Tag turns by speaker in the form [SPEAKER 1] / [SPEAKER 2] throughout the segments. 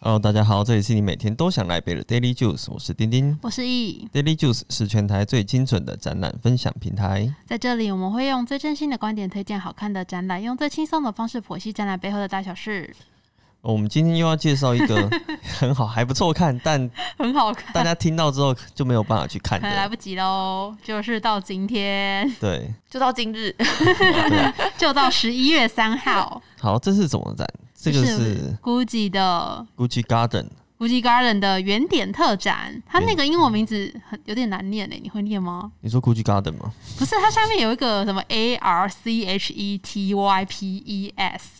[SPEAKER 1] Hello，大家好，这里是你每天都想来杯的 Daily Juice，我是丁丁。
[SPEAKER 2] 我是 E 易，
[SPEAKER 1] Daily Juice 是全台最精准的展览分享平台。
[SPEAKER 2] 在这里我们会用最真心的观点推荐好看的展览，用最轻松的方式剖析展览背后的大小 事，
[SPEAKER 1] 哦我们今天又要介绍一 个很好，还不错看，但
[SPEAKER 2] 很好看，
[SPEAKER 1] 大家听到之后就没有办法去看
[SPEAKER 2] 可能来
[SPEAKER 1] 的。
[SPEAKER 2] 不及喽，就是到今天，
[SPEAKER 1] 对，
[SPEAKER 3] 就到今日，
[SPEAKER 1] 对，
[SPEAKER 2] 就到十一月三 号，
[SPEAKER 1] 好，这是怎么展？这个是
[SPEAKER 2] GUCCI 的
[SPEAKER 1] Gucci Garden，
[SPEAKER 2] GUCCI Garden 的原点特展，它那个英文名字很有点难念诶，欸你会念吗？
[SPEAKER 1] 你说 Gucci Garden 吗？
[SPEAKER 2] 不是，它下面有一个什么 A R C H E T Y P E S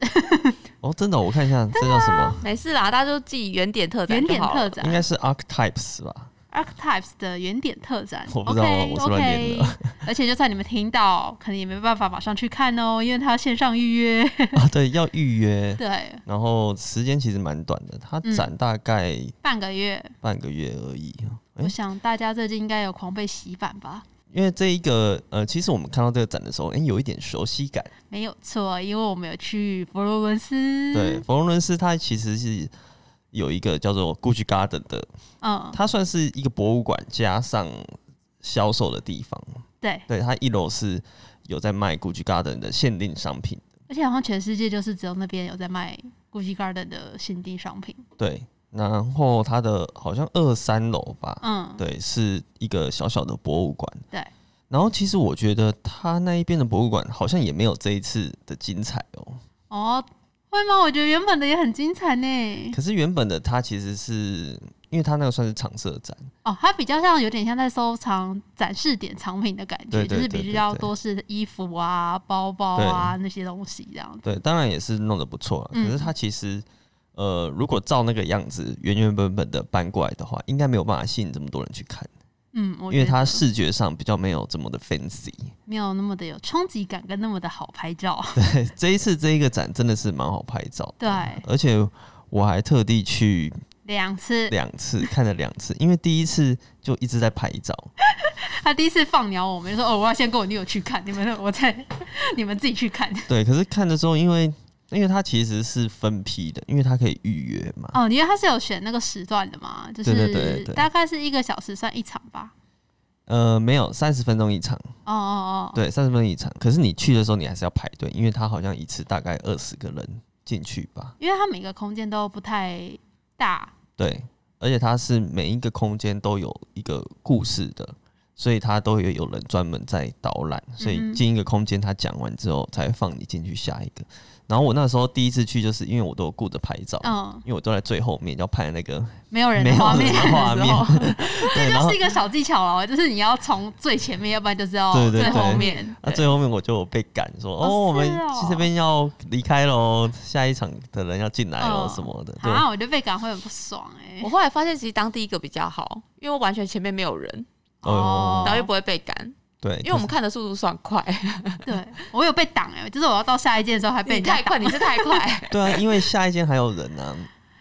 [SPEAKER 1] 哦，真的哦、我看一下，这叫什么？
[SPEAKER 3] 没事啦，大家就记原点特展
[SPEAKER 2] 原
[SPEAKER 3] 就
[SPEAKER 2] 点
[SPEAKER 3] 好
[SPEAKER 2] 特
[SPEAKER 3] 了。
[SPEAKER 1] 应
[SPEAKER 2] 展
[SPEAKER 1] 该是 Archetypes 吧？
[SPEAKER 2] Archetypes 的原点特展，
[SPEAKER 1] 我不知道
[SPEAKER 2] OK，
[SPEAKER 1] 我是乱念的
[SPEAKER 2] OK 而且就算你们听到，可能也没办法马上去看哦，因为它要线上预 约。
[SPEAKER 1] 啊，对，要预约，
[SPEAKER 2] 对，
[SPEAKER 1] 然后时间其实蛮短的，它
[SPEAKER 2] 嗯
[SPEAKER 1] 展大概
[SPEAKER 2] 半个月，
[SPEAKER 1] 半个月而已。诶
[SPEAKER 2] 我想大家最近应该有狂被洗版吧？
[SPEAKER 1] 因为这一个呃，其实我们看到这个展的时候，哎、有一点熟悉感。
[SPEAKER 2] 没有错，因为我们有去佛罗伦斯。
[SPEAKER 1] 对，，佛罗伦斯它其实是有一个叫做 Gucci Garden 的，
[SPEAKER 2] 嗯，
[SPEAKER 1] 它算是一个博物馆加上销售的地方。
[SPEAKER 2] 对，
[SPEAKER 1] 对，它一楼是有在卖 Gucci Garden 的限定商品。
[SPEAKER 2] 而且好像全世界就是只有那边有在卖 Gucci Garden 的限定商品。
[SPEAKER 1] 对，然后它的好像二三楼吧，
[SPEAKER 2] 嗯，
[SPEAKER 1] 对，是一个小小的博物馆。
[SPEAKER 2] 对。
[SPEAKER 1] 然后其实我觉得它那一边的博物馆好像也没有这一次的精彩哦、
[SPEAKER 2] 哦，会吗？我觉得原本的也很精彩呢。
[SPEAKER 1] 可是原本的它其实是因为它那个算是常设展，
[SPEAKER 2] 哦，它比较像有点像在收藏展示典藏品的感觉，
[SPEAKER 1] 对对
[SPEAKER 2] 就是
[SPEAKER 1] 对
[SPEAKER 2] 比
[SPEAKER 1] 对
[SPEAKER 2] 较
[SPEAKER 1] 对
[SPEAKER 2] 多是衣服啊、包包啊那些东西这样子。
[SPEAKER 1] 对，当然也是弄得不错啊了。可
[SPEAKER 2] 嗯
[SPEAKER 1] 是它其实，呃，如果照那个样子原原本本的搬过来的话，应该没有办法吸引这么多人去看，
[SPEAKER 2] 嗯，我
[SPEAKER 1] 因为
[SPEAKER 2] 觉
[SPEAKER 1] 它
[SPEAKER 2] 得
[SPEAKER 1] 视觉上比较没有这么的 fancy。
[SPEAKER 2] 没有那么的有冲击感，跟那么的好拍 照。
[SPEAKER 1] 这一次这一个展真的是蛮好拍照的，
[SPEAKER 2] 对，
[SPEAKER 1] 而且我还特地去
[SPEAKER 2] 两次
[SPEAKER 1] 两次看了两次，因为第一次就一直在拍照，
[SPEAKER 2] 他第一次放鸟我们，就说哦，我要先跟我女友去看，你们我再你们自己去看。
[SPEAKER 1] 对，可是看的时候，因为因为它其实是分批的，因为它可以预约嘛，
[SPEAKER 2] 哦，因为他是有选那个时段的嘛，就
[SPEAKER 1] 对对对对
[SPEAKER 2] 是
[SPEAKER 1] 对
[SPEAKER 2] 大概是一个小时算一场吧。
[SPEAKER 1] 呃，没有三十分钟一场，
[SPEAKER 2] 哦哦哦，
[SPEAKER 1] 对，三十分钟一场。可是你去的时候，你还是要排队，因为它好像一次大概二十个人进去吧。
[SPEAKER 2] 因为它每个空间都不太大，
[SPEAKER 1] 对，而且它是每一个空间都有一个故事的，所以它都会有人专门在导览。所
[SPEAKER 2] 嗯
[SPEAKER 1] 以
[SPEAKER 2] 哼
[SPEAKER 1] 进一个空间，它讲完之后才会放你进去下一个。然后我那时候第一次去，就是因为我都有顾着拍照。
[SPEAKER 2] 嗯，
[SPEAKER 1] 因为我都在最后面，要拍那个
[SPEAKER 2] 没有人
[SPEAKER 1] 没
[SPEAKER 2] 的
[SPEAKER 1] 有
[SPEAKER 2] 画面
[SPEAKER 1] 人。的画
[SPEAKER 2] 的时候
[SPEAKER 1] 面， 对，
[SPEAKER 2] 这
[SPEAKER 1] 然
[SPEAKER 2] 就
[SPEAKER 1] 后
[SPEAKER 2] 是一个小技巧了，就是你要从最前面，要不然就是要
[SPEAKER 1] 对对
[SPEAKER 2] 最后
[SPEAKER 1] 对
[SPEAKER 2] 面。
[SPEAKER 1] 那、
[SPEAKER 2] 对
[SPEAKER 1] 最后面我就有被赶说，
[SPEAKER 2] 哦
[SPEAKER 1] 哦，我们
[SPEAKER 2] 是哦
[SPEAKER 1] 这边要离开喽，下一场的人要进来喽
[SPEAKER 2] 嗯
[SPEAKER 1] 什么的，对，
[SPEAKER 2] 啊，我觉得被赶会很不爽哎、
[SPEAKER 3] 我后来发现，其实当第一个比较好，因为我完全前面没有人，
[SPEAKER 2] 哦
[SPEAKER 3] 然后又不会被赶，
[SPEAKER 1] 对，
[SPEAKER 3] 因为我们看的速度算快。
[SPEAKER 2] 对我有被挡哎、就是我要到下一间的时候还被人
[SPEAKER 3] 你
[SPEAKER 2] 家
[SPEAKER 3] 太快，你是 太快，
[SPEAKER 1] 对啊，因为下一间还有人啊，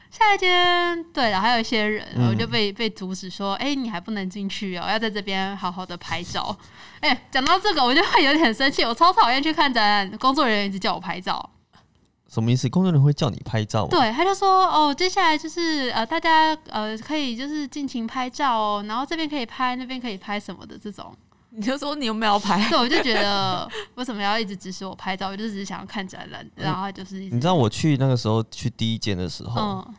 [SPEAKER 2] 下一间对了，还有一些人，
[SPEAKER 1] 嗯
[SPEAKER 2] 我就被被阻止说，哎、你还不能进去哦，要在这边好好的拍照。哎、讲到这个，我就会有点生气，我超讨厌去看展览，工作人员一直叫我拍
[SPEAKER 1] 哦
[SPEAKER 2] 照。
[SPEAKER 1] 什么意思？工作人员会叫你拍照吗？
[SPEAKER 2] 对，他就说哦，接下来就是呃，大家呃可以就是尽情拍照哦，然后这边可以拍，那边可以拍什么的这种。
[SPEAKER 3] 你就说你有没有拍？
[SPEAKER 2] 对，我就觉得为什么要一直指使我拍照？我就只是想要看展览，然后他就是一直
[SPEAKER 1] 你知道哦我去那个时候去第一间的时候，
[SPEAKER 2] 嗯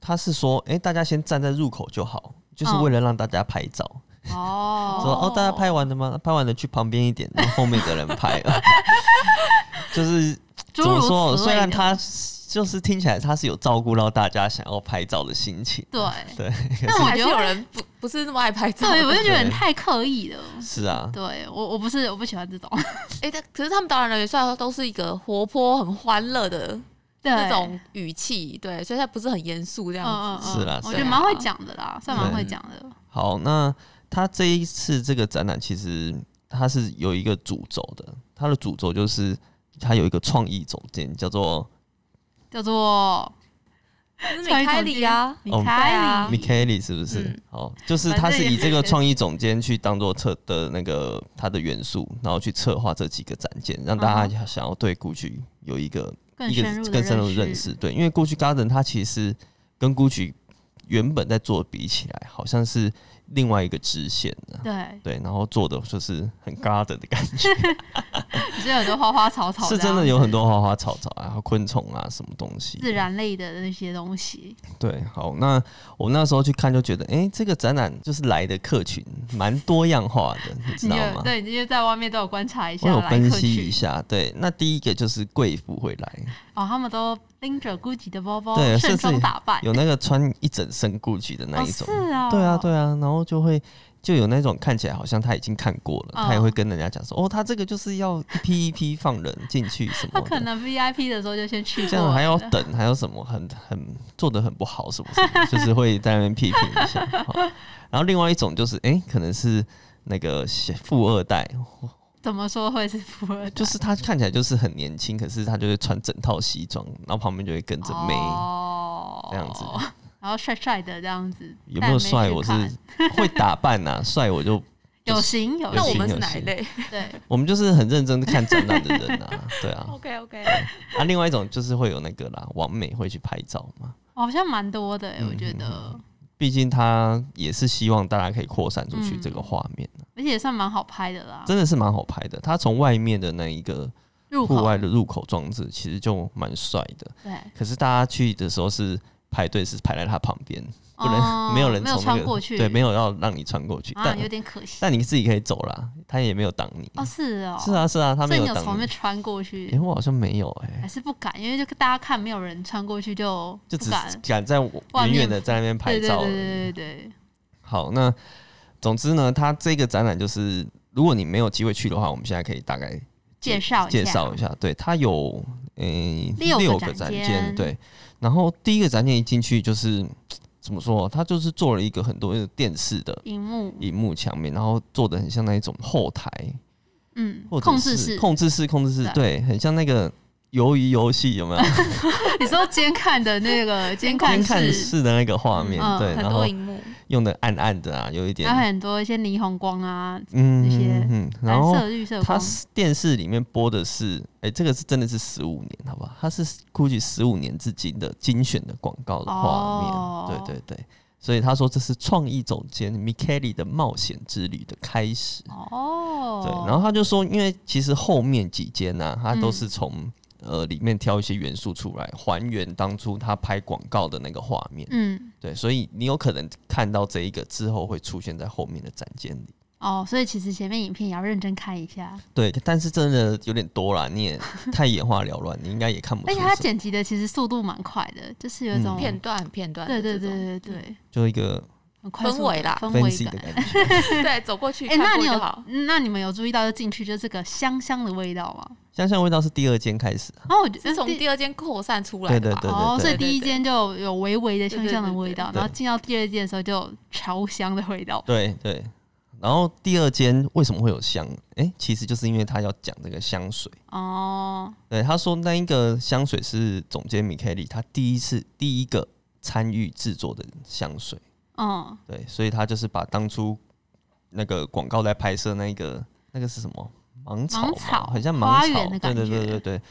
[SPEAKER 1] 他是说，哎、大家先站在入口就好，就是为了让大家拍照。
[SPEAKER 2] 嗯哦，
[SPEAKER 1] 说哦，大家拍完了吗？拍完了去旁边一点， 让后面的人拍。就是
[SPEAKER 2] 诸
[SPEAKER 1] 怎么说？哦
[SPEAKER 2] 如此
[SPEAKER 1] 虽
[SPEAKER 2] 类
[SPEAKER 1] 然
[SPEAKER 2] 的
[SPEAKER 1] 他就是听起来他是有照顾到大家想要拍照的心情，
[SPEAKER 2] 对，
[SPEAKER 1] 对，
[SPEAKER 2] 但我
[SPEAKER 3] 还是
[SPEAKER 2] 觉得
[SPEAKER 3] 有
[SPEAKER 2] 会
[SPEAKER 3] 人不不是那么爱拍照。
[SPEAKER 2] 对，我就觉得
[SPEAKER 1] 对
[SPEAKER 2] 很太刻意了。
[SPEAKER 1] 是啊，
[SPEAKER 2] 对我，我不是我不喜欢这种，
[SPEAKER 3] 哎，但可是他们导演人员虽然说都是一个活泼、很欢乐的
[SPEAKER 2] 对
[SPEAKER 3] 那种语气，对，所以他不是很严肃这
[SPEAKER 2] 嗯
[SPEAKER 3] 样
[SPEAKER 2] 嗯
[SPEAKER 3] 子。
[SPEAKER 2] 嗯，
[SPEAKER 1] 是啦
[SPEAKER 2] 我
[SPEAKER 1] 是
[SPEAKER 2] 觉得
[SPEAKER 3] 啦
[SPEAKER 2] 蛮会讲的啦，算蛮
[SPEAKER 1] 对
[SPEAKER 2] 会讲的。
[SPEAKER 1] 好，那他这一次这个展览其实它是有一个主轴的，它的主轴就是它有一个创意总监叫做
[SPEAKER 2] 叫做
[SPEAKER 3] 就是米开里啊，
[SPEAKER 2] 米
[SPEAKER 1] 哦
[SPEAKER 2] 开里、
[SPEAKER 3] 啊
[SPEAKER 1] Michaeli 是不是？
[SPEAKER 3] 嗯
[SPEAKER 1] 好，就是
[SPEAKER 2] 反正
[SPEAKER 1] 他是
[SPEAKER 2] 也
[SPEAKER 1] 以这个创意总监去当做策的那个他的元素，然后去策划这几个展件，让大家想要对故居有一个
[SPEAKER 2] 嗯更
[SPEAKER 1] 一个
[SPEAKER 2] 深入的
[SPEAKER 1] 更深入的认。识。对，因为故居 Garden 它其实跟 Gucci 原本在做比起来，好像是另外一个支线的。
[SPEAKER 2] 对，
[SPEAKER 1] 对，然后做的就是很 garden 的感觉，
[SPEAKER 2] 你是有很多花花草草，
[SPEAKER 1] 是真的有很多花花草草啊，还有昆虫啊，什么东西的
[SPEAKER 2] 自然类的那些东西。
[SPEAKER 1] 对，好，那我那时候去看就觉得，哎、这个展览就是来的客群蛮多样化的，你知
[SPEAKER 2] 你
[SPEAKER 1] 道
[SPEAKER 2] 有
[SPEAKER 1] 吗？
[SPEAKER 2] 对，你就在外面都有观察一
[SPEAKER 1] 我
[SPEAKER 2] 下
[SPEAKER 1] 有
[SPEAKER 2] 来
[SPEAKER 1] 分
[SPEAKER 2] 客
[SPEAKER 1] 析一
[SPEAKER 2] 群
[SPEAKER 1] 下，对，那第一个就是贵妇会来，
[SPEAKER 2] 哦，他们都拎着 GUCCI 的包包，
[SPEAKER 1] 对
[SPEAKER 2] 盛
[SPEAKER 1] 甚
[SPEAKER 2] 装
[SPEAKER 1] 至
[SPEAKER 2] 打扮，
[SPEAKER 1] 有那个穿一整身 GUCCI 的那
[SPEAKER 2] 哦
[SPEAKER 1] 一种，
[SPEAKER 2] 是啊，
[SPEAKER 1] 对啊，对啊，然后就会就有那种看起来好像他已经看过了，他也
[SPEAKER 2] 嗯
[SPEAKER 1] 会跟人家讲说，哦，他这个就是要一批一批放人进去什
[SPEAKER 2] 他
[SPEAKER 1] 么
[SPEAKER 2] 可
[SPEAKER 1] 的。
[SPEAKER 2] 能 VIP 的时候就先 去过了，
[SPEAKER 1] 啊这样还要等，还有什么很很做的很不好什么什么，就是会在那边批评一 下。好然后另外一种就是，哎、可能是那个小富二代，
[SPEAKER 2] 怎么说会是富二 代？
[SPEAKER 1] 就是他看起来就是很年轻，可是他就会穿整套西装，然后旁边就会跟着妹。
[SPEAKER 2] 哦
[SPEAKER 1] 这样子，
[SPEAKER 2] 然后帅帅的这样子，
[SPEAKER 1] 有
[SPEAKER 2] 带
[SPEAKER 1] 没有
[SPEAKER 2] 妹去
[SPEAKER 1] 帅？我是
[SPEAKER 2] 看
[SPEAKER 1] 会打扮呐、帅我就
[SPEAKER 2] 有型有
[SPEAKER 3] 那我
[SPEAKER 2] 型，
[SPEAKER 3] 们是哪一类
[SPEAKER 2] 对，
[SPEAKER 1] 我们就是很认真地看展览的人 啊，对啊。
[SPEAKER 3] ？OK OK，
[SPEAKER 1] 啊，另外一种就是会有那个啦，完美会去拍照嘛，
[SPEAKER 2] 好像蛮多的欸，我觉
[SPEAKER 1] 嗯
[SPEAKER 2] 得，
[SPEAKER 1] 毕竟他也是希望大家可以扩散出去
[SPEAKER 2] 嗯
[SPEAKER 1] 这个画面、
[SPEAKER 2] 而且也算蛮好拍的啦。
[SPEAKER 1] 真的是蛮好拍的。他从外面的那一个
[SPEAKER 2] 入
[SPEAKER 1] 户
[SPEAKER 2] 口
[SPEAKER 1] 外的入口装置，其实就蛮帅的。
[SPEAKER 2] 对，
[SPEAKER 1] 可是大家去的时候是排队，是排在他旁边，不能、
[SPEAKER 2] 哦
[SPEAKER 1] 没有人
[SPEAKER 2] 没有
[SPEAKER 1] 从那
[SPEAKER 2] 穿
[SPEAKER 1] 个
[SPEAKER 2] 过去，
[SPEAKER 1] 对，没有要让你穿过去，
[SPEAKER 2] 啊，
[SPEAKER 1] 但
[SPEAKER 2] 有点可惜。
[SPEAKER 1] 但你自己可以走啦，他也没有挡你。
[SPEAKER 2] 哦，是哦，
[SPEAKER 1] 是，啊是啊，他
[SPEAKER 2] 所
[SPEAKER 1] 没
[SPEAKER 2] 以你
[SPEAKER 1] 有
[SPEAKER 2] 有从
[SPEAKER 1] 挡
[SPEAKER 2] 那
[SPEAKER 1] 你。
[SPEAKER 2] 穿过
[SPEAKER 1] 哎、
[SPEAKER 2] 去，
[SPEAKER 1] 我好像没有哎、
[SPEAKER 2] 还是不敢，因为就大家看没有人穿过去就
[SPEAKER 1] 就
[SPEAKER 2] 不
[SPEAKER 1] 只
[SPEAKER 2] 敢。
[SPEAKER 1] 敢在我
[SPEAKER 2] 外
[SPEAKER 1] 远
[SPEAKER 2] 面
[SPEAKER 1] 远的在那边拍
[SPEAKER 2] 对对
[SPEAKER 1] 照而
[SPEAKER 2] 对
[SPEAKER 1] 已。
[SPEAKER 2] 对对对，
[SPEAKER 1] 好，那总之呢，它这个展览就是，如果你没有机会去的话，我们现在可以大概
[SPEAKER 2] 介绍一下
[SPEAKER 1] 介绍一下。对，它有诶、
[SPEAKER 2] 六个
[SPEAKER 1] 个展
[SPEAKER 2] 展
[SPEAKER 1] 间，
[SPEAKER 2] 间
[SPEAKER 1] 对。然后第一个展间一进去就是怎么说，它就是做了一个很多的电视的
[SPEAKER 2] 荧幕，
[SPEAKER 1] 荧幕墙面，然后做的很像那一种后台
[SPEAKER 2] 嗯，
[SPEAKER 1] 或者
[SPEAKER 2] 控制
[SPEAKER 1] 是
[SPEAKER 2] 室，
[SPEAKER 1] 控制室、控制室，
[SPEAKER 2] 对
[SPEAKER 1] 对，很像那个鱿鱼游戏有没有？
[SPEAKER 2] 你说监看的那 个监 看
[SPEAKER 1] 监看
[SPEAKER 2] 室，
[SPEAKER 1] 室的那个画面，
[SPEAKER 2] 嗯
[SPEAKER 1] 对，
[SPEAKER 3] 很
[SPEAKER 1] 然
[SPEAKER 3] 多
[SPEAKER 1] 后
[SPEAKER 3] 荧幕，
[SPEAKER 1] 用的暗暗的啊，有一点
[SPEAKER 2] 还有很多一些霓虹光啊，
[SPEAKER 1] 嗯
[SPEAKER 2] 哎这些
[SPEAKER 1] 嗯嗯，嗯然
[SPEAKER 2] 蓝
[SPEAKER 1] 后
[SPEAKER 2] 色、绿色
[SPEAKER 1] 它
[SPEAKER 2] 光，
[SPEAKER 1] 是电视里面播的是，哎、这个是真的是十五年，好不好？它是 GUCCI 十五年至今的精选的广告的画面，
[SPEAKER 2] 哦
[SPEAKER 1] 对对对。所以他说这是创意总监 m i k e l 的冒险之旅的开始。
[SPEAKER 2] 哦，嗯
[SPEAKER 1] 对，然后他就说，因为其实后面几间呢、他都是从、呃里面挑一些元素出来，还原当初他拍广告的那个画面。
[SPEAKER 2] 嗯，
[SPEAKER 1] 对，所以你有可能看到这一个之后会出现在后面的展间里。
[SPEAKER 2] 哦，所以其实前面影片也要认真看一下，
[SPEAKER 1] 对，但是真的有点多啦，你也太眼花缭乱，你应该也看不出
[SPEAKER 2] 而且
[SPEAKER 1] 什
[SPEAKER 2] 它
[SPEAKER 1] 么。
[SPEAKER 2] 剪辑的其实速度蛮快的，就是有一种
[SPEAKER 1] 嗯
[SPEAKER 3] 片段片段
[SPEAKER 2] 对
[SPEAKER 3] 的
[SPEAKER 2] 对
[SPEAKER 3] 这
[SPEAKER 2] 对
[SPEAKER 3] 种，
[SPEAKER 2] 对对对，
[SPEAKER 1] 就一个
[SPEAKER 2] 很快速的
[SPEAKER 3] 氛围啦
[SPEAKER 2] 氛围
[SPEAKER 1] fancy
[SPEAKER 2] 感
[SPEAKER 1] 嗯的。感觉，
[SPEAKER 3] 对，走过去
[SPEAKER 2] 哎，
[SPEAKER 3] 看
[SPEAKER 2] 那
[SPEAKER 3] 过
[SPEAKER 2] 你
[SPEAKER 3] 就
[SPEAKER 2] 有
[SPEAKER 3] 好。
[SPEAKER 2] 那你们有注意到就进去就这个香香的味道吗？
[SPEAKER 1] 香香味道是第二间开 始啊，
[SPEAKER 2] 然后我觉得
[SPEAKER 3] 是从第二间扩散出来
[SPEAKER 1] 对
[SPEAKER 3] 的
[SPEAKER 1] 对对
[SPEAKER 3] 吧？
[SPEAKER 2] 哦，所以
[SPEAKER 3] 对
[SPEAKER 2] 第一
[SPEAKER 3] 对
[SPEAKER 2] 间就有微微的香香的味道，
[SPEAKER 1] 对对对对
[SPEAKER 2] 然后进到第二间的时候就有超香的味道。
[SPEAKER 1] 对对。然后第二间为什么会有香？哎、其实就是因为他要讲这个香水。
[SPEAKER 2] 哦，
[SPEAKER 1] 对，他说那一个香水是总监米凯利他第一次第一个参与制作的香水。
[SPEAKER 2] 嗯，
[SPEAKER 1] 对，所以他就是把当初那个广告来拍摄那个那个是什么芒草嘛，
[SPEAKER 2] 芒草
[SPEAKER 1] 很像
[SPEAKER 2] 花
[SPEAKER 1] 芒
[SPEAKER 2] 园
[SPEAKER 1] 草，
[SPEAKER 2] 的
[SPEAKER 1] 对
[SPEAKER 2] 感
[SPEAKER 1] 对对
[SPEAKER 2] 觉
[SPEAKER 1] 对对，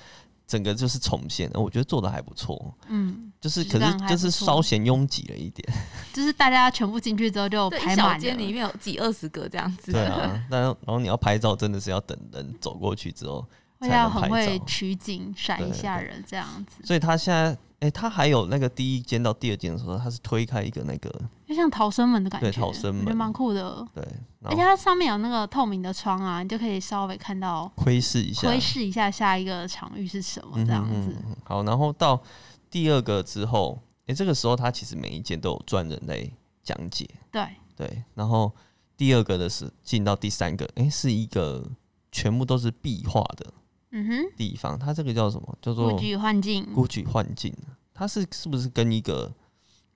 [SPEAKER 1] 整个就是重现，呃我觉得做的还不错，
[SPEAKER 2] 嗯，
[SPEAKER 1] 就是
[SPEAKER 2] 质
[SPEAKER 1] 可是
[SPEAKER 2] 感还
[SPEAKER 1] 就
[SPEAKER 2] 不
[SPEAKER 1] 是
[SPEAKER 2] 错
[SPEAKER 1] 稍嫌拥挤了一点，
[SPEAKER 2] 就是大家全部进去之后就
[SPEAKER 3] 对，
[SPEAKER 2] 排
[SPEAKER 3] 一小
[SPEAKER 2] 满
[SPEAKER 3] 间里
[SPEAKER 2] 了。
[SPEAKER 3] 面有几二十个这样 子。
[SPEAKER 1] 对啊，但然后你要拍照真的是要等人走过去之后，
[SPEAKER 2] 会
[SPEAKER 1] 才
[SPEAKER 2] 要
[SPEAKER 1] 能
[SPEAKER 2] 很
[SPEAKER 1] 拍
[SPEAKER 2] 会
[SPEAKER 1] 照
[SPEAKER 2] 取景，闪一
[SPEAKER 1] 对
[SPEAKER 2] 下
[SPEAKER 1] 对
[SPEAKER 2] 人这样子，
[SPEAKER 1] 所以他现在。哎、他还有那个第一间到第二间的时候，他是推开一个那个
[SPEAKER 2] 就像逃生门的感
[SPEAKER 1] 对
[SPEAKER 2] 觉，
[SPEAKER 1] 逃生
[SPEAKER 2] 我觉得
[SPEAKER 1] 门
[SPEAKER 2] 蛮酷的。
[SPEAKER 1] 对，
[SPEAKER 2] 而
[SPEAKER 1] 然后
[SPEAKER 2] 且它上面有那个透明的窗啊，你就可以稍微看到，
[SPEAKER 1] 窥视一下，
[SPEAKER 2] 窥视一下下一个场域是什么这样
[SPEAKER 1] 嗯哼
[SPEAKER 2] 子。
[SPEAKER 1] 嗯哼好，然后到第二个之后，诶，这个时候他其实每一件都有专人来讲解，
[SPEAKER 2] 对，
[SPEAKER 1] 对。然后第二个的是进到第三个，诶，是一个全部都是壁画的
[SPEAKER 2] 嗯哼，
[SPEAKER 1] 地方，它这个叫什么？叫
[SPEAKER 2] 故
[SPEAKER 1] 做
[SPEAKER 2] 居幻境，
[SPEAKER 1] GUCCI 幻境。啊它是是不是跟一个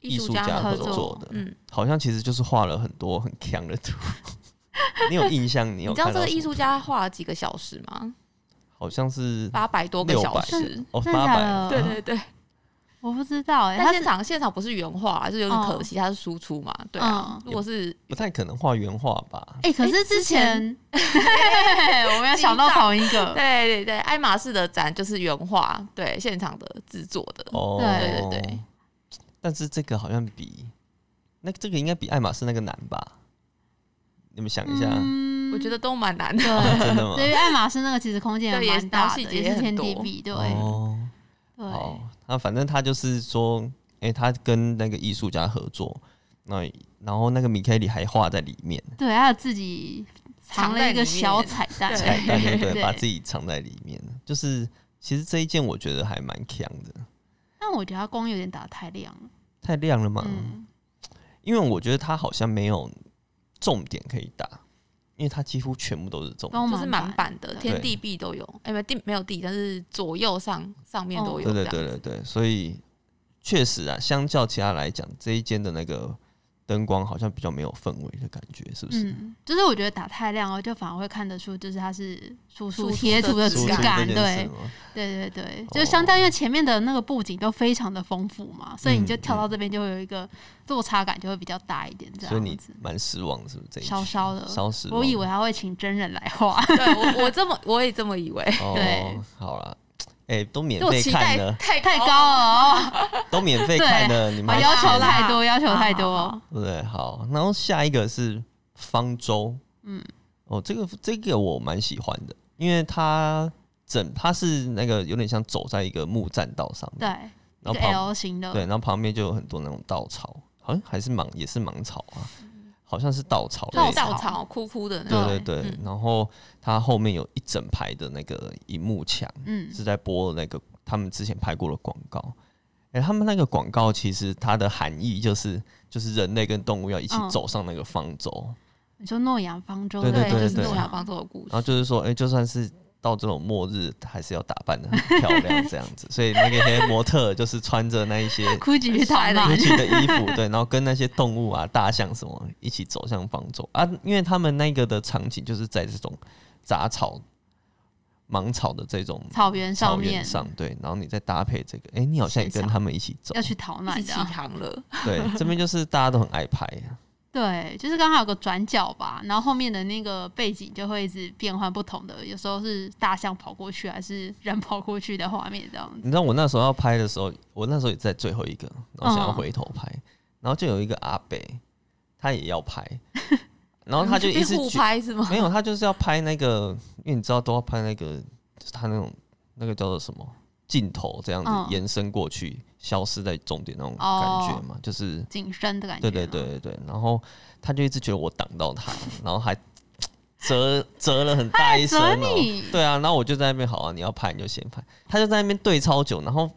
[SPEAKER 1] 艺术家合
[SPEAKER 2] 合
[SPEAKER 1] 作
[SPEAKER 2] 作
[SPEAKER 1] 的？
[SPEAKER 3] 嗯，
[SPEAKER 1] 好像其实就是画了很多很强的图。 你有印象？你有
[SPEAKER 3] 你知道
[SPEAKER 1] 看
[SPEAKER 3] 这
[SPEAKER 1] 到
[SPEAKER 3] 个
[SPEAKER 1] 什
[SPEAKER 3] 艺
[SPEAKER 1] 么
[SPEAKER 3] 术家画了几个小时吗？
[SPEAKER 1] 好像是
[SPEAKER 3] 八百多个小
[SPEAKER 1] 600
[SPEAKER 3] 时。
[SPEAKER 1] 哦
[SPEAKER 2] 真的
[SPEAKER 1] 八
[SPEAKER 2] 假
[SPEAKER 1] 百
[SPEAKER 2] 的
[SPEAKER 1] 啊，
[SPEAKER 3] 对对对，
[SPEAKER 2] 我不知道哎、欸，
[SPEAKER 3] 但
[SPEAKER 2] 它是
[SPEAKER 3] 现场现场不是原嗯画，啊就是有点可惜，它是输出嘛。对啊
[SPEAKER 2] 嗯，
[SPEAKER 3] 如果是
[SPEAKER 1] 不太可能画原画吧？
[SPEAKER 2] 哎、可是
[SPEAKER 3] 哎之
[SPEAKER 2] 之前、 我没有想到同一个，
[SPEAKER 3] 对对对，呃爱马仕的展就是原画，对现场的制作的。
[SPEAKER 1] 哦，
[SPEAKER 2] 对
[SPEAKER 3] 对对对
[SPEAKER 1] 但是这个好像比那这个应该比爱马仕那个难吧？你们想一下，
[SPEAKER 2] 嗯
[SPEAKER 3] 我觉得都蛮难的。
[SPEAKER 1] 啊真的吗？
[SPEAKER 2] 对于爱马仕那个其实空间
[SPEAKER 3] 对
[SPEAKER 2] 也
[SPEAKER 3] 也
[SPEAKER 2] 蛮大
[SPEAKER 3] 然后
[SPEAKER 2] 的，
[SPEAKER 3] 细节
[SPEAKER 2] 也
[SPEAKER 3] 也
[SPEAKER 2] 是
[SPEAKER 3] 很
[SPEAKER 2] 天地
[SPEAKER 3] 多
[SPEAKER 2] 比，对
[SPEAKER 1] 哦，
[SPEAKER 2] 对，
[SPEAKER 1] 好，那反正他就是说，哎、他跟那个艺术家合作，那然后那个米凯里还画在里面，
[SPEAKER 2] 对，还有自己藏
[SPEAKER 3] 藏
[SPEAKER 2] 了
[SPEAKER 3] 在
[SPEAKER 2] 一个
[SPEAKER 3] 里面
[SPEAKER 2] 小彩蛋，
[SPEAKER 3] 对
[SPEAKER 1] 彩蛋对不对，
[SPEAKER 2] 对
[SPEAKER 1] 把自己藏在里面，就是其实这一件我觉得还蛮强的，
[SPEAKER 2] 但我觉得它光有点打得太亮了，
[SPEAKER 1] 太亮了嘛，
[SPEAKER 2] 嗯，
[SPEAKER 1] 因为我觉得他好像没有重点可以打，因为他几乎全部都是重点。
[SPEAKER 2] 光
[SPEAKER 3] 就是满
[SPEAKER 2] 版
[SPEAKER 3] 版的，
[SPEAKER 2] 对
[SPEAKER 3] 天地壁都有，哎，没地没有地，但是左右上上面都有。
[SPEAKER 1] 对对对对对，所以确实啊，相较其他来讲，这一间的那个灯光好像比较没有氛围的感觉，是不是？
[SPEAKER 2] 嗯，就是我觉得打太亮了，就反而会看得出，就是它是输出
[SPEAKER 3] 输出
[SPEAKER 2] 贴图的
[SPEAKER 3] 的
[SPEAKER 1] 输
[SPEAKER 2] 质
[SPEAKER 1] 出
[SPEAKER 3] 质
[SPEAKER 2] 感，
[SPEAKER 1] 这件事
[SPEAKER 2] 对，
[SPEAKER 1] 吗？
[SPEAKER 2] 对对
[SPEAKER 1] 哦
[SPEAKER 2] 对，就相较于前面的那个布景都非常的丰富
[SPEAKER 1] 嗯
[SPEAKER 2] 嘛，所以你就跳到这边就会有一个落差感，就会比较大一点，这
[SPEAKER 1] 所以你
[SPEAKER 2] 样子，
[SPEAKER 1] 蛮失望的，是不是？这一
[SPEAKER 2] 稍
[SPEAKER 1] 区
[SPEAKER 2] 稍的。
[SPEAKER 1] 稍失望。
[SPEAKER 2] 我以为他会请真人来画，
[SPEAKER 3] 对我我这么我也这么以为，
[SPEAKER 2] 对
[SPEAKER 1] 哦，好啦，哎、都免
[SPEAKER 3] 我
[SPEAKER 1] 费
[SPEAKER 3] 期
[SPEAKER 1] 看
[SPEAKER 3] 待
[SPEAKER 1] 的，
[SPEAKER 3] 太
[SPEAKER 2] 太高，了哦，
[SPEAKER 1] 都免费
[SPEAKER 2] 对
[SPEAKER 1] 看的，你们
[SPEAKER 2] 啊
[SPEAKER 1] 还
[SPEAKER 2] 要求
[SPEAKER 1] 嫌
[SPEAKER 2] 太多，要求
[SPEAKER 3] 好
[SPEAKER 2] 太
[SPEAKER 3] 好
[SPEAKER 2] 多
[SPEAKER 3] 好，
[SPEAKER 1] 对不对？好，然后下一个是方舟，嗯
[SPEAKER 2] 嗯，
[SPEAKER 1] 哦，这个这个我蛮喜欢的，因为它整它是那个有点像走在一个木栈道上面，
[SPEAKER 2] 对，
[SPEAKER 1] 然
[SPEAKER 2] 一个
[SPEAKER 1] 后旁
[SPEAKER 2] L 型
[SPEAKER 3] 嗯
[SPEAKER 2] 的，
[SPEAKER 1] 对，然后旁边就有很多那种稻草，好像还是芒也是芒草啊，好像是稻草类
[SPEAKER 3] 嗯稻
[SPEAKER 1] 的，
[SPEAKER 3] 稻草枯枯的那种，
[SPEAKER 1] 对对对，
[SPEAKER 3] 嗯
[SPEAKER 1] 然后它后面有一整排的那个荧幕墙。
[SPEAKER 2] 嗯，
[SPEAKER 1] 是在播那个他们之前拍过的广告。哎、他们那个广告其实它的含义就是，就是人类跟动物要一起
[SPEAKER 2] 嗯
[SPEAKER 1] 走上那个方舟，
[SPEAKER 2] 你说诺亚方舟，
[SPEAKER 1] 对对对
[SPEAKER 2] 就是
[SPEAKER 1] 对
[SPEAKER 2] 诺
[SPEAKER 3] 诺
[SPEAKER 2] 亚
[SPEAKER 3] 亚
[SPEAKER 2] 方
[SPEAKER 3] 方
[SPEAKER 2] 舟，
[SPEAKER 3] 舟的故
[SPEAKER 1] 然后
[SPEAKER 3] 事，
[SPEAKER 1] 就是说，哎、就算是到这种末日，还是要打扮的很漂亮这样子。所以那个黑模特儿就是穿着那一些
[SPEAKER 2] 估计去台 湾，
[SPEAKER 1] Gucci 的衣服，对，然后跟那些动物啊、大象什么一起走向方舟啊，因为他们那个的场景就是在这种杂草、芒草的这种
[SPEAKER 2] 草原上
[SPEAKER 1] 草
[SPEAKER 2] 面
[SPEAKER 1] 原上，对，然后你再搭配这个，哎、你好像也
[SPEAKER 2] 现
[SPEAKER 1] 跟
[SPEAKER 2] 场
[SPEAKER 1] 他们一起走
[SPEAKER 2] 要，去逃
[SPEAKER 3] 一
[SPEAKER 2] 难
[SPEAKER 3] 起
[SPEAKER 2] 的
[SPEAKER 3] 起
[SPEAKER 2] 啊，
[SPEAKER 3] 航了，
[SPEAKER 1] 对，这边就是大家都很爱拍，
[SPEAKER 2] 对，就是刚好有个转角吧，然后后面的那个背景就会一直变换不同的，有时候是大象跑过去，还是人跑过去的画面这样子。
[SPEAKER 1] 你知道我那时候要拍的时候，我那时候也在最后一个，然后想要
[SPEAKER 2] 嗯
[SPEAKER 1] 回头拍，然后就有一个阿北，他也要 拍，然哦后他就
[SPEAKER 3] 你
[SPEAKER 1] 一
[SPEAKER 3] 们
[SPEAKER 1] 直
[SPEAKER 3] 去互
[SPEAKER 1] 举
[SPEAKER 3] 拍是吗？
[SPEAKER 1] 没有，他就是要拍那个，因为你知道都要拍那个，就是他那种那个叫做什么镜头这样子
[SPEAKER 2] 嗯
[SPEAKER 1] 延伸过去，消失在终点那种感觉嘛，就是
[SPEAKER 2] 景深哦的感觉，哦
[SPEAKER 1] 对对对，对对。然后他就一直觉得我挡到他，然后还折折了很大一声
[SPEAKER 2] 哎折
[SPEAKER 1] 哦、
[SPEAKER 2] 你
[SPEAKER 1] 对啊，然后我就在那边好啊，你要拍你就先拍，他就在那边对超久，然后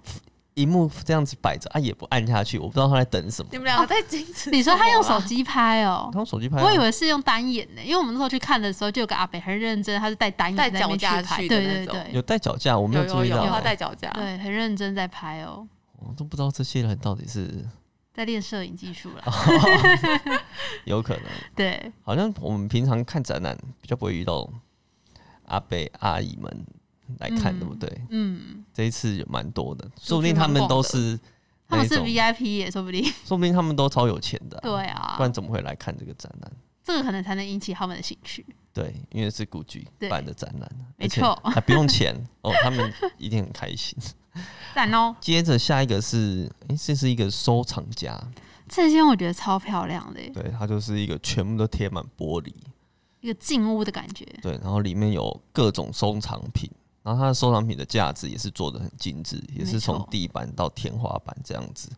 [SPEAKER 1] 荧幕这样子摆着啊，也不按下去，我不知道他在等什么
[SPEAKER 3] 哦 你。们两个在矜持，
[SPEAKER 2] 你说他用
[SPEAKER 3] 啊
[SPEAKER 2] 手机拍哦、
[SPEAKER 1] 他用手机拍啊、
[SPEAKER 2] 我以为是用单眼呢、因为我们那时候去看的时候，就有个阿北很认真，他是带单眼
[SPEAKER 3] 带
[SPEAKER 2] 在那边
[SPEAKER 3] 脚架
[SPEAKER 2] 拍，
[SPEAKER 3] 去的
[SPEAKER 2] 对
[SPEAKER 3] 那
[SPEAKER 2] 对
[SPEAKER 3] 种
[SPEAKER 2] 对
[SPEAKER 1] 有带脚架，我没
[SPEAKER 3] 有
[SPEAKER 1] 注
[SPEAKER 3] 有
[SPEAKER 1] 意
[SPEAKER 3] 有，啊
[SPEAKER 1] 到、
[SPEAKER 3] 他带脚架，
[SPEAKER 2] 对，很认真在拍哦、
[SPEAKER 1] 我都不知道这些人到底是
[SPEAKER 2] 在练摄影技术
[SPEAKER 1] 啊
[SPEAKER 2] 啦。
[SPEAKER 1] 有可能，
[SPEAKER 2] 对，
[SPEAKER 1] 好像我们平常看展览比较不会遇到阿伯阿姨们来看，
[SPEAKER 2] 嗯
[SPEAKER 1] 对不对？
[SPEAKER 2] 嗯，
[SPEAKER 1] 这一次有蛮多的，说不定他们都是那
[SPEAKER 2] 他们
[SPEAKER 1] 一
[SPEAKER 2] 是
[SPEAKER 1] 种，
[SPEAKER 2] VIP 也说不定。
[SPEAKER 1] 说不定他们都超有钱的、
[SPEAKER 2] 对
[SPEAKER 1] 不
[SPEAKER 2] 啊
[SPEAKER 1] 然，怎么会来看这个展览？
[SPEAKER 2] 这个可能才能引起他们的兴趣。
[SPEAKER 1] 对，因为是古剧
[SPEAKER 2] 对
[SPEAKER 1] 办的展览，
[SPEAKER 2] 没错
[SPEAKER 1] 而且还不用钱 哦，他们一定很开 心。
[SPEAKER 2] 赞哦、
[SPEAKER 1] 接着下一个是，诶，这是一个收藏家，
[SPEAKER 2] 这件我觉得超漂亮的耶，
[SPEAKER 1] 对，它就是一个全部都贴满玻璃，
[SPEAKER 2] 一个进屋的感觉。
[SPEAKER 1] 对，然后里面有各种收藏品，然后它的收藏品的价值也是做的很精致，也是
[SPEAKER 2] 没
[SPEAKER 1] 从
[SPEAKER 2] 错
[SPEAKER 1] 地板到天花板这样子。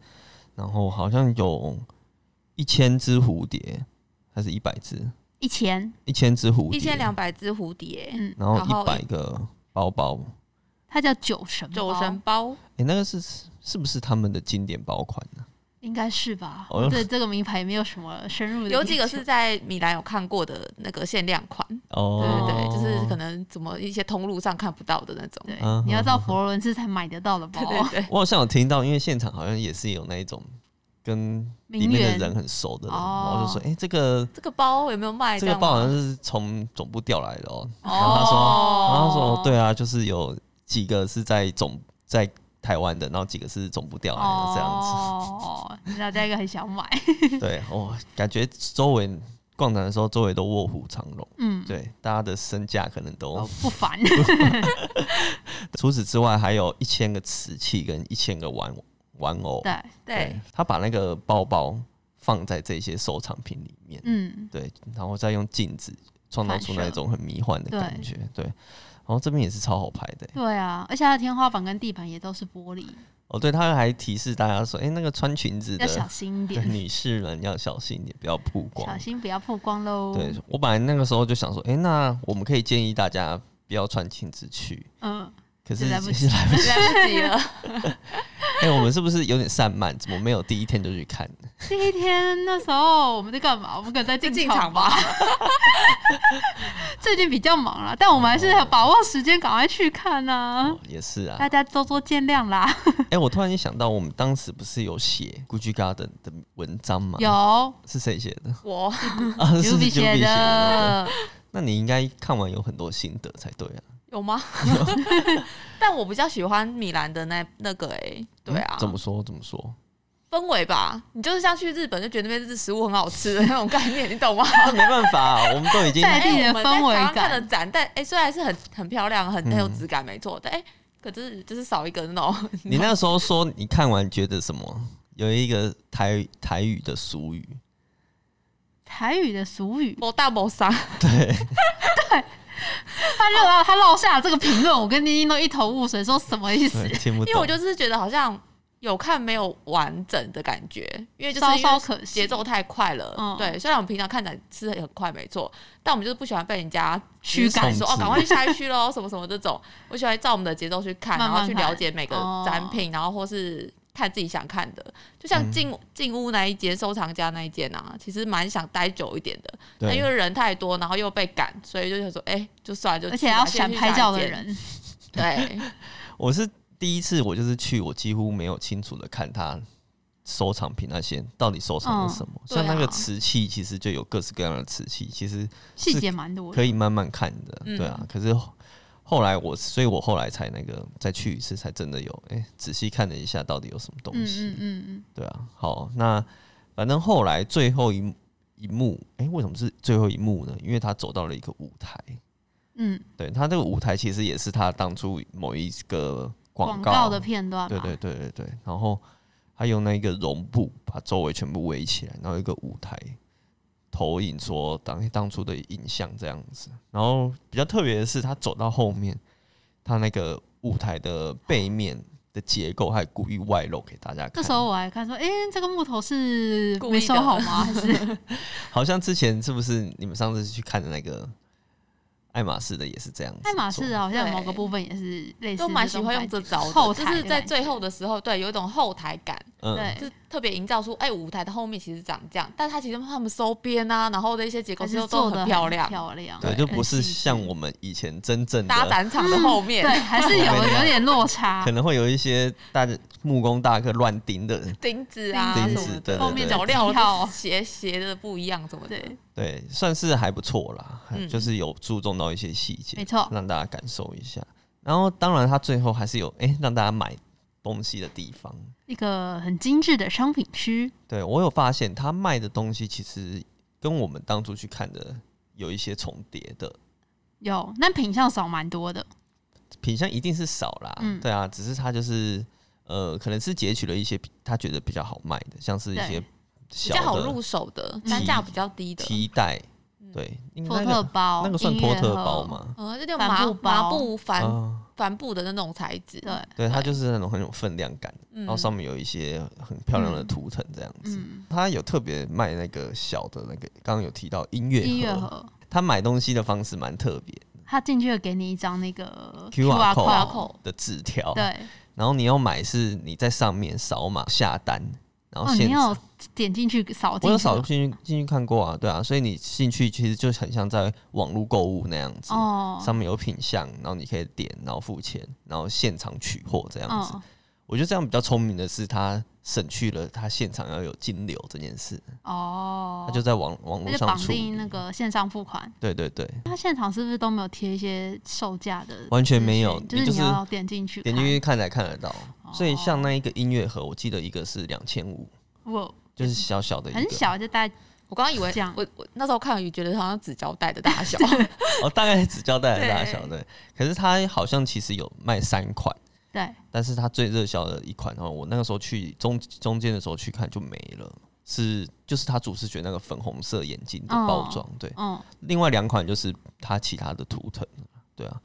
[SPEAKER 1] 然后好像有一千只蝴蝶，还是一百只？
[SPEAKER 2] 一千，
[SPEAKER 1] 一千只蝴蝶，
[SPEAKER 3] 一千两百只蝴蝶，
[SPEAKER 2] 嗯，
[SPEAKER 1] 然后
[SPEAKER 3] 然后
[SPEAKER 1] 一百个包包。
[SPEAKER 2] 它叫酒神，
[SPEAKER 3] 酒神，包，
[SPEAKER 1] 诶，那个是是不是他们的经典包款呢、
[SPEAKER 2] 应该是吧？
[SPEAKER 1] 哦
[SPEAKER 2] 我对这个名牌没有什么深入的，
[SPEAKER 3] 有几个是，在米兰有看过的那个限量款，对
[SPEAKER 1] 哦，
[SPEAKER 3] 对对，就是可能怎么一些通路上看不到的那种，哦
[SPEAKER 2] 对
[SPEAKER 1] 嗯，
[SPEAKER 2] 你要到佛罗伦斯才买得到的包
[SPEAKER 3] 对，对对。
[SPEAKER 1] 我好像有听到，因为现场好像也是有那一种跟里
[SPEAKER 2] 名
[SPEAKER 1] 面
[SPEAKER 2] 媛
[SPEAKER 1] 的人很熟的人，
[SPEAKER 2] 哦
[SPEAKER 1] 然后就说，诶，这个
[SPEAKER 3] 这个包有没有卖？
[SPEAKER 1] 这个包好像是从总部调来的哦。
[SPEAKER 3] 这
[SPEAKER 1] 然后他
[SPEAKER 3] 样吗
[SPEAKER 1] 说然后
[SPEAKER 3] 哦
[SPEAKER 1] 他说哦，对啊，就是有几个是在总在台湾的，然后几个是总部调来的这样子。
[SPEAKER 2] 哦，大家应该很想买，
[SPEAKER 1] 对，哦，感觉周围逛展的时候，周围都卧虎藏龙。
[SPEAKER 2] 嗯，哦
[SPEAKER 1] 对，大家的身价可能都。
[SPEAKER 2] 不凡，
[SPEAKER 1] 除此之外，还有一千个瓷器跟一千个玩玩偶，
[SPEAKER 2] 对，
[SPEAKER 3] 对，
[SPEAKER 1] 他把那个包包放在这些收藏品里面，
[SPEAKER 2] 嗯，
[SPEAKER 1] 对，然后再用镜子创造出
[SPEAKER 2] 反射
[SPEAKER 1] 那种很迷幻的感觉，对。然后这边也是超好拍的欸、
[SPEAKER 2] 对啊，而且它的天花板跟地板也都是玻璃，
[SPEAKER 1] 哦，对，他还提示大家说，哎、那个穿裙子
[SPEAKER 2] 要小
[SPEAKER 1] 的
[SPEAKER 2] 心一
[SPEAKER 1] 的
[SPEAKER 2] 点，
[SPEAKER 1] 女士们要小心一点，不要曝光
[SPEAKER 2] 小。心不要曝光喽。
[SPEAKER 1] 对我本来那个时候就想说，哎、那我们可以建议大家不要穿裙子去，
[SPEAKER 2] 嗯，
[SPEAKER 1] 可是
[SPEAKER 2] 这来不
[SPEAKER 1] 其
[SPEAKER 2] 及
[SPEAKER 1] 实来不及。
[SPEAKER 3] 来不及 了。
[SPEAKER 1] 哎、我们是不是有点散漫？怎么没有第一天就去看？
[SPEAKER 2] 第一天那时候我们在干嘛？我们可能在
[SPEAKER 3] 就
[SPEAKER 2] 进
[SPEAKER 3] 进场
[SPEAKER 2] 吧
[SPEAKER 3] 吧。，
[SPEAKER 2] 最近比较忙了，但我们还是要把握时间，赶快去看呢、
[SPEAKER 1] 哦也是啊
[SPEAKER 2] 大。家多多见谅啦。
[SPEAKER 1] 哎、我突然间想到，我们当时不是有写 Gucci Garden 的文章吗？
[SPEAKER 2] 有
[SPEAKER 1] 是谁写 的？
[SPEAKER 3] 我
[SPEAKER 1] 啊，哦是
[SPEAKER 2] Ruby
[SPEAKER 1] Juby
[SPEAKER 2] 写
[SPEAKER 1] 写的。
[SPEAKER 2] 的，
[SPEAKER 1] 那你应该看完有很多心得才对啊。
[SPEAKER 3] 有吗？ 但我比较喜欢米兰的那那个哎、对啊
[SPEAKER 1] 嗯，怎么说？怎么说？
[SPEAKER 3] 氛围吧？你就是像去日本就觉得那边日食物很 好吃的那种概念，你懂吗？
[SPEAKER 1] 那啊
[SPEAKER 3] 哎
[SPEAKER 1] 没办法、我们都已经
[SPEAKER 2] 在地的
[SPEAKER 3] 我们在
[SPEAKER 2] 哎氛围
[SPEAKER 3] 台湾
[SPEAKER 2] 感
[SPEAKER 3] 看的展，但哎、虽然是很很漂亮，很
[SPEAKER 1] 嗯
[SPEAKER 3] 很有质感，没错，但哎、可是就是少一个那种，
[SPEAKER 1] 你那时候说你看完觉得什么？有一个台台语的俗语，
[SPEAKER 2] 台语的俗语，
[SPEAKER 3] 我大谋杀，
[SPEAKER 1] 对，
[SPEAKER 2] 他落到他落下这个评论，我跟妮妮都一头雾水，说什么意思
[SPEAKER 1] 对？听不懂。
[SPEAKER 3] 因为我就是觉得好像有看没有完整的感觉，因为就是
[SPEAKER 2] 稍
[SPEAKER 3] 因为
[SPEAKER 2] 稍可惜
[SPEAKER 3] 节奏太快了。
[SPEAKER 2] 嗯
[SPEAKER 3] 对，虽然我们平常看展是很快没错，但我们就是不喜欢被人家
[SPEAKER 2] 驱
[SPEAKER 1] 赶
[SPEAKER 3] 说哦，赶快去下一区喽，什么什么这种。我喜欢照我们的节奏去看，
[SPEAKER 2] 慢慢
[SPEAKER 3] 然后去
[SPEAKER 2] 看
[SPEAKER 3] 了解每个
[SPEAKER 2] 哦
[SPEAKER 3] 展品，然后或是。看自己想看的，就像
[SPEAKER 1] 嗯
[SPEAKER 3] 进进屋那一间、收藏家那一间啊，其实蛮想待久一点的，但因
[SPEAKER 1] 对
[SPEAKER 3] 为人太多，然后又被赶，所以就想说，哎、就算了，就
[SPEAKER 2] 而
[SPEAKER 3] 去
[SPEAKER 2] 且要
[SPEAKER 3] 吧先
[SPEAKER 2] 选
[SPEAKER 3] 去
[SPEAKER 2] 拍
[SPEAKER 3] 下一
[SPEAKER 2] 照的
[SPEAKER 3] 间，
[SPEAKER 2] 人，
[SPEAKER 3] 对，
[SPEAKER 1] 我是第一次，我就是去，我几乎没有清楚的看他收藏品那些到底收藏了什么。
[SPEAKER 3] 对
[SPEAKER 1] 像那个
[SPEAKER 3] 啊
[SPEAKER 1] 瓷器，其实就有各式各样的瓷器，其实
[SPEAKER 2] 细节蛮多的。
[SPEAKER 1] 可以慢慢看的，
[SPEAKER 3] 嗯
[SPEAKER 1] 对啊。可是后后来我，所以我后来才那个再去一次，才真的有哎、仔细看了一下到底有什么东
[SPEAKER 2] 嗯
[SPEAKER 1] 西，
[SPEAKER 2] 嗯嗯嗯，
[SPEAKER 1] 对啊。好，那反正后来最后一幕一幕，哎、为什么是最后一幕呢？因为他走到了一个舞台，
[SPEAKER 2] 嗯，
[SPEAKER 1] 对他这个舞台其实也是他当初某一个
[SPEAKER 2] 广
[SPEAKER 1] 广
[SPEAKER 2] 告的片段
[SPEAKER 1] 对
[SPEAKER 2] 嘛，
[SPEAKER 1] 对对对对，然后他用那个绒布把周围全部围起来，然后有一个舞台投影说当当初的影像这样子。然后比较特别的是，他走到后面，他那个舞台的背面的结构还故意外露给大家看。
[SPEAKER 2] 那时候我还看说，哎，这个木头是
[SPEAKER 3] 故意的
[SPEAKER 2] 没收好吗？还是
[SPEAKER 1] 好像之前是不是你们上次去看的那个爱马仕的也是这样子？
[SPEAKER 2] 爱马仕，啊好像
[SPEAKER 3] 对
[SPEAKER 2] 某个部分也是类似，
[SPEAKER 3] 都蛮喜欢用这招的，
[SPEAKER 2] 后
[SPEAKER 3] 就
[SPEAKER 2] 台
[SPEAKER 3] 是
[SPEAKER 2] 的
[SPEAKER 3] 在
[SPEAKER 2] 感
[SPEAKER 3] 最
[SPEAKER 2] 觉
[SPEAKER 3] 后的时候，对，有一种后台感，
[SPEAKER 1] 嗯，
[SPEAKER 2] 对
[SPEAKER 3] 就是特别营造出，哎、舞台的后面其实长这样，但它其实他们收边啊，然后的一些结构
[SPEAKER 2] 还
[SPEAKER 3] 其
[SPEAKER 2] 是
[SPEAKER 3] 实
[SPEAKER 2] 做
[SPEAKER 3] 都
[SPEAKER 2] 的
[SPEAKER 3] 很漂亮，
[SPEAKER 2] 漂亮，
[SPEAKER 1] 对，
[SPEAKER 3] 对
[SPEAKER 1] 就不
[SPEAKER 2] 很
[SPEAKER 1] 是
[SPEAKER 2] 细致
[SPEAKER 1] 像我们以前真正的
[SPEAKER 3] 搭展场 的后面，嗯
[SPEAKER 2] 对，还 是有有点落差
[SPEAKER 1] 可。能会有一些大家木工大哥乱钉的人，
[SPEAKER 3] 钉子啊
[SPEAKER 2] 钉
[SPEAKER 3] 什
[SPEAKER 2] 子
[SPEAKER 3] 么
[SPEAKER 1] 对对
[SPEAKER 3] 的，后面
[SPEAKER 1] 对
[SPEAKER 3] 脚料
[SPEAKER 2] 跳
[SPEAKER 3] 就斜斜的不一样，什么的，
[SPEAKER 2] 对，
[SPEAKER 1] 对，算是还不错啦，
[SPEAKER 3] 嗯
[SPEAKER 1] 就是有注重到一些细节，
[SPEAKER 2] 没错
[SPEAKER 1] 让大家感受一下。然后当然，它最后还是有哎、诶让大家买东西的地方。
[SPEAKER 2] 一个很精致的商品区，
[SPEAKER 1] 对我有发现，他卖的东西其实跟我们当初去看的有一些重叠的
[SPEAKER 2] 有，但品相少蛮多的。
[SPEAKER 1] 品相，一定是少啦。
[SPEAKER 2] 嗯
[SPEAKER 1] 对啊，只是他就是呃，可能是截取了一些比他觉得比较好卖的，像是一些
[SPEAKER 2] 对
[SPEAKER 3] 比
[SPEAKER 1] 小
[SPEAKER 3] 较好
[SPEAKER 1] 的
[SPEAKER 3] 入手的，嗯
[SPEAKER 2] 嗯
[SPEAKER 3] 单价比较低的，
[SPEAKER 1] 提袋，对，应该嗯
[SPEAKER 2] 托
[SPEAKER 1] 那
[SPEAKER 2] 嗯特
[SPEAKER 1] 个
[SPEAKER 2] 包，
[SPEAKER 1] 那个算
[SPEAKER 2] 音
[SPEAKER 1] 托
[SPEAKER 2] 乐
[SPEAKER 1] 特
[SPEAKER 2] 盒
[SPEAKER 1] 包？吗？
[SPEAKER 3] 呃，就那种
[SPEAKER 2] 帆
[SPEAKER 3] 麻
[SPEAKER 2] 布包
[SPEAKER 3] 麻布嗯帆
[SPEAKER 1] 啊。
[SPEAKER 3] 帆布的那种材质，
[SPEAKER 2] 对，
[SPEAKER 1] 对，它就是那种很有分量感，
[SPEAKER 3] 嗯
[SPEAKER 1] 然后上面有一些很漂亮的
[SPEAKER 2] 嗯
[SPEAKER 1] 图腾这样子。
[SPEAKER 2] 嗯，
[SPEAKER 1] 它有特别卖那个小的那个，刚刚有提到音
[SPEAKER 2] 音
[SPEAKER 1] 乐
[SPEAKER 2] 乐
[SPEAKER 1] 盒，
[SPEAKER 2] 盒，
[SPEAKER 1] 他买东西的方式蛮特别
[SPEAKER 2] 他进去了给你一张那个
[SPEAKER 1] QR
[SPEAKER 2] code，
[SPEAKER 1] code 的纸条，
[SPEAKER 2] 对，
[SPEAKER 1] 然后你要买是你在上面扫码下单，然
[SPEAKER 2] 哦，
[SPEAKER 1] 后现
[SPEAKER 2] 你
[SPEAKER 1] 场
[SPEAKER 2] 有点进去扫进去吗，
[SPEAKER 1] 我有扫进去进去看过啊，对啊，所以你进去其实就很像在网络购物那样子，
[SPEAKER 2] 哦，
[SPEAKER 1] 上面有品相，然后你可以点，然后付钱，然后现场取货这样子。
[SPEAKER 2] 嗯
[SPEAKER 1] 我觉得这样比较聪明的是，他省去了他现场要有金流这件事，
[SPEAKER 2] 哦，
[SPEAKER 1] 他就在网网
[SPEAKER 2] 他
[SPEAKER 1] 络
[SPEAKER 2] 就
[SPEAKER 1] 上
[SPEAKER 2] 绑
[SPEAKER 1] 处理
[SPEAKER 2] 定那个线上付款。
[SPEAKER 1] 对对对，
[SPEAKER 2] 他现场是不是都没有贴一些售价的资讯？
[SPEAKER 1] 完全没有
[SPEAKER 2] 就
[SPEAKER 1] 你
[SPEAKER 2] 是
[SPEAKER 1] 就
[SPEAKER 2] 你
[SPEAKER 1] 是
[SPEAKER 2] 要点进去啊看，哦
[SPEAKER 1] 点进去看才看得到。所以像那一个音乐盒，我记得一个是两千五，
[SPEAKER 2] 我
[SPEAKER 1] 就是小小的一个，
[SPEAKER 2] 很小就大概
[SPEAKER 3] 我刚刚以为
[SPEAKER 2] 这样
[SPEAKER 3] 我我那时候看也觉得好像纸胶带的大小，
[SPEAKER 1] 哦，大概纸胶带的大小
[SPEAKER 3] 对
[SPEAKER 1] 对。可是它好像其实有卖三款，
[SPEAKER 2] 对，
[SPEAKER 1] 但是它最热销的一款，然后我那个时候去中中间的时候去看就没了，是就是它主视觉那个粉红色眼睛的包装，对。
[SPEAKER 2] 嗯，
[SPEAKER 1] 另外两款就是它其他的图腾，对啊。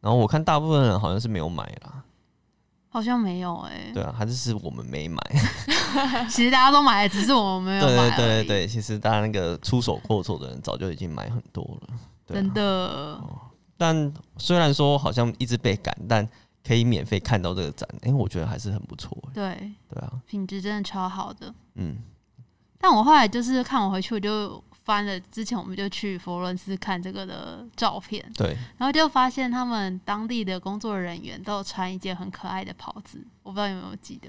[SPEAKER 1] 然后我看大部分人好像是没有买啦，
[SPEAKER 2] 好像没有哎、
[SPEAKER 1] 对啊，还是是我们没买。
[SPEAKER 2] 其实大家都买了，只是我们没有
[SPEAKER 1] 对对
[SPEAKER 2] 买
[SPEAKER 1] 对对
[SPEAKER 2] 而已
[SPEAKER 1] 对，其实大家那个出手阔绰的人早就已经买很多了，对、
[SPEAKER 2] 真
[SPEAKER 1] 啊。
[SPEAKER 2] 的，
[SPEAKER 1] 但虽然说好像一直被赶，但可以免费看到这个展，哎、我觉得还是很不错、欸。
[SPEAKER 2] 对，
[SPEAKER 1] 对啊，
[SPEAKER 2] 品质真的超好的。
[SPEAKER 1] 嗯，
[SPEAKER 2] 但我后来就是看我回去，我就翻了之前我们就去佛罗伦斯看这个的照片，
[SPEAKER 1] 对，
[SPEAKER 2] 然后就发现他们当地的工作人员都有穿一件很可爱的袍子，我不知道你有没有记得？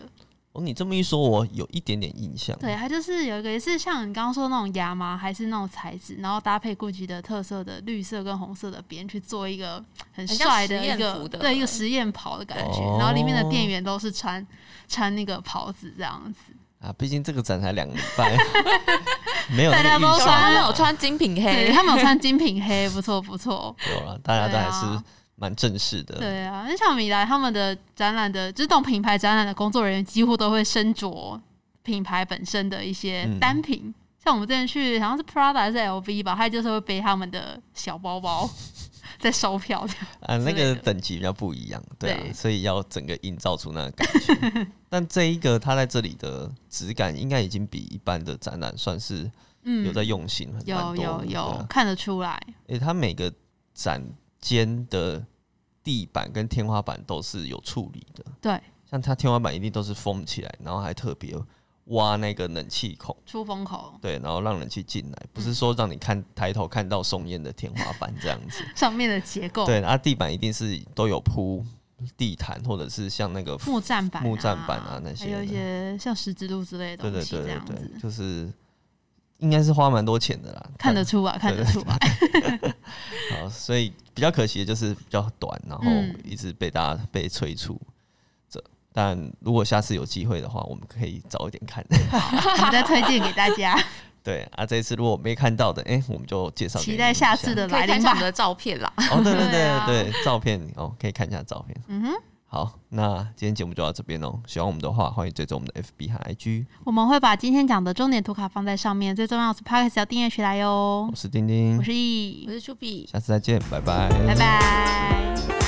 [SPEAKER 1] 哦，你这么一说，我有一点点印象。
[SPEAKER 2] 对，，它就是有一个也是像你刚刚说的那种亚麻还是那种材质，然后搭配 GUCCI 的特色的绿色跟红色的边去做一个很
[SPEAKER 3] 很像
[SPEAKER 2] 帅
[SPEAKER 3] 实
[SPEAKER 2] 的一
[SPEAKER 3] 验
[SPEAKER 2] 个
[SPEAKER 3] 服的
[SPEAKER 2] 对一个实验袍的感觉，
[SPEAKER 1] 哦
[SPEAKER 2] 然后里面的店员都是穿穿那个袍子这样子。
[SPEAKER 1] 啊，毕竟这个展才两个礼拜， 没有那
[SPEAKER 2] 大家
[SPEAKER 1] 个
[SPEAKER 2] 都
[SPEAKER 1] 预
[SPEAKER 3] 有
[SPEAKER 1] 算
[SPEAKER 3] 啊
[SPEAKER 2] 穿
[SPEAKER 3] 他
[SPEAKER 1] 啊
[SPEAKER 3] 们有穿精品
[SPEAKER 2] 对
[SPEAKER 3] 黑，
[SPEAKER 2] 他们有穿精品黑，不错不错。
[SPEAKER 1] 有了，大家都
[SPEAKER 2] 对
[SPEAKER 1] 还
[SPEAKER 2] 啊
[SPEAKER 1] 是蛮正式的。
[SPEAKER 2] 对啊，那像米兰他们的展览的这种品牌展览的工作人员，几乎都会身着品牌本身的一些
[SPEAKER 1] 嗯
[SPEAKER 2] 单品。像我们之前去好像是 Prada 还是 LV 吧，他就是会背他们的小包包 在收票这样。
[SPEAKER 1] 啊，那
[SPEAKER 2] 之类
[SPEAKER 1] 个
[SPEAKER 2] 的
[SPEAKER 1] 等级比较不一样，对啊，
[SPEAKER 2] 对
[SPEAKER 1] 所以要整个营造出那个感觉。 但这一个它在这里的质感，应该已经比一般的展览算是
[SPEAKER 2] 嗯，
[SPEAKER 1] 有在用心很蛮多
[SPEAKER 2] 有有
[SPEAKER 1] 的。
[SPEAKER 2] 有、
[SPEAKER 1] 对啊
[SPEAKER 2] 看得出来，
[SPEAKER 1] 诶，它每个展间的地板跟天花板都是有处理的，
[SPEAKER 2] 对，
[SPEAKER 1] 像它天花板一定都是封起来，然后还特别挖那个冷气孔。
[SPEAKER 2] 出风口
[SPEAKER 1] 对，然后让人去进来，
[SPEAKER 2] 嗯
[SPEAKER 1] 不是说让你看抬头看到松烟的天花板这样子。
[SPEAKER 2] 上面的结构，
[SPEAKER 1] 对，然后啊地板一定是都有铺地毯，或者是像那个
[SPEAKER 2] 木栈板、
[SPEAKER 1] 木栈板啊那些
[SPEAKER 2] 还有
[SPEAKER 1] 的
[SPEAKER 2] 一些像十字路之类的
[SPEAKER 1] 对
[SPEAKER 2] 东
[SPEAKER 1] 对
[SPEAKER 2] 西
[SPEAKER 1] 对
[SPEAKER 2] 这样
[SPEAKER 1] 对
[SPEAKER 2] 子，
[SPEAKER 1] 对，就是应该是花蛮多钱的啦，
[SPEAKER 2] 看得出来，看得出啊来。
[SPEAKER 1] 好，所以比较可惜的就是比较短，然后
[SPEAKER 2] 嗯
[SPEAKER 1] 一直被大家被催促。这但如果下次有机会的话，我们可以早一点看。
[SPEAKER 2] 我们再推荐给大家，
[SPEAKER 1] 对啊，这一次如果没看到的，哎、我们就介绍。
[SPEAKER 2] 期待下次。的
[SPEAKER 3] 可
[SPEAKER 2] 来
[SPEAKER 3] 以看
[SPEAKER 2] 临
[SPEAKER 3] 一下我
[SPEAKER 2] 吧
[SPEAKER 3] 们。的照片 啦。
[SPEAKER 1] 哦，对对对
[SPEAKER 2] 对啊
[SPEAKER 1] 对，照片哦，可以看一下照片。
[SPEAKER 2] 嗯哼。
[SPEAKER 1] 好，那今天节目就到这边喽。喜欢我们的话，欢迎追踪我们的 FB 和 IG。
[SPEAKER 2] 我们会把今天讲的重点图卡放在上面，最重要是 Podcast 要订阅起来哟
[SPEAKER 1] 我。是丁丁
[SPEAKER 2] 我，是易
[SPEAKER 3] 我，是 Chubby，
[SPEAKER 1] 下次再见，拜拜，
[SPEAKER 2] 拜拜。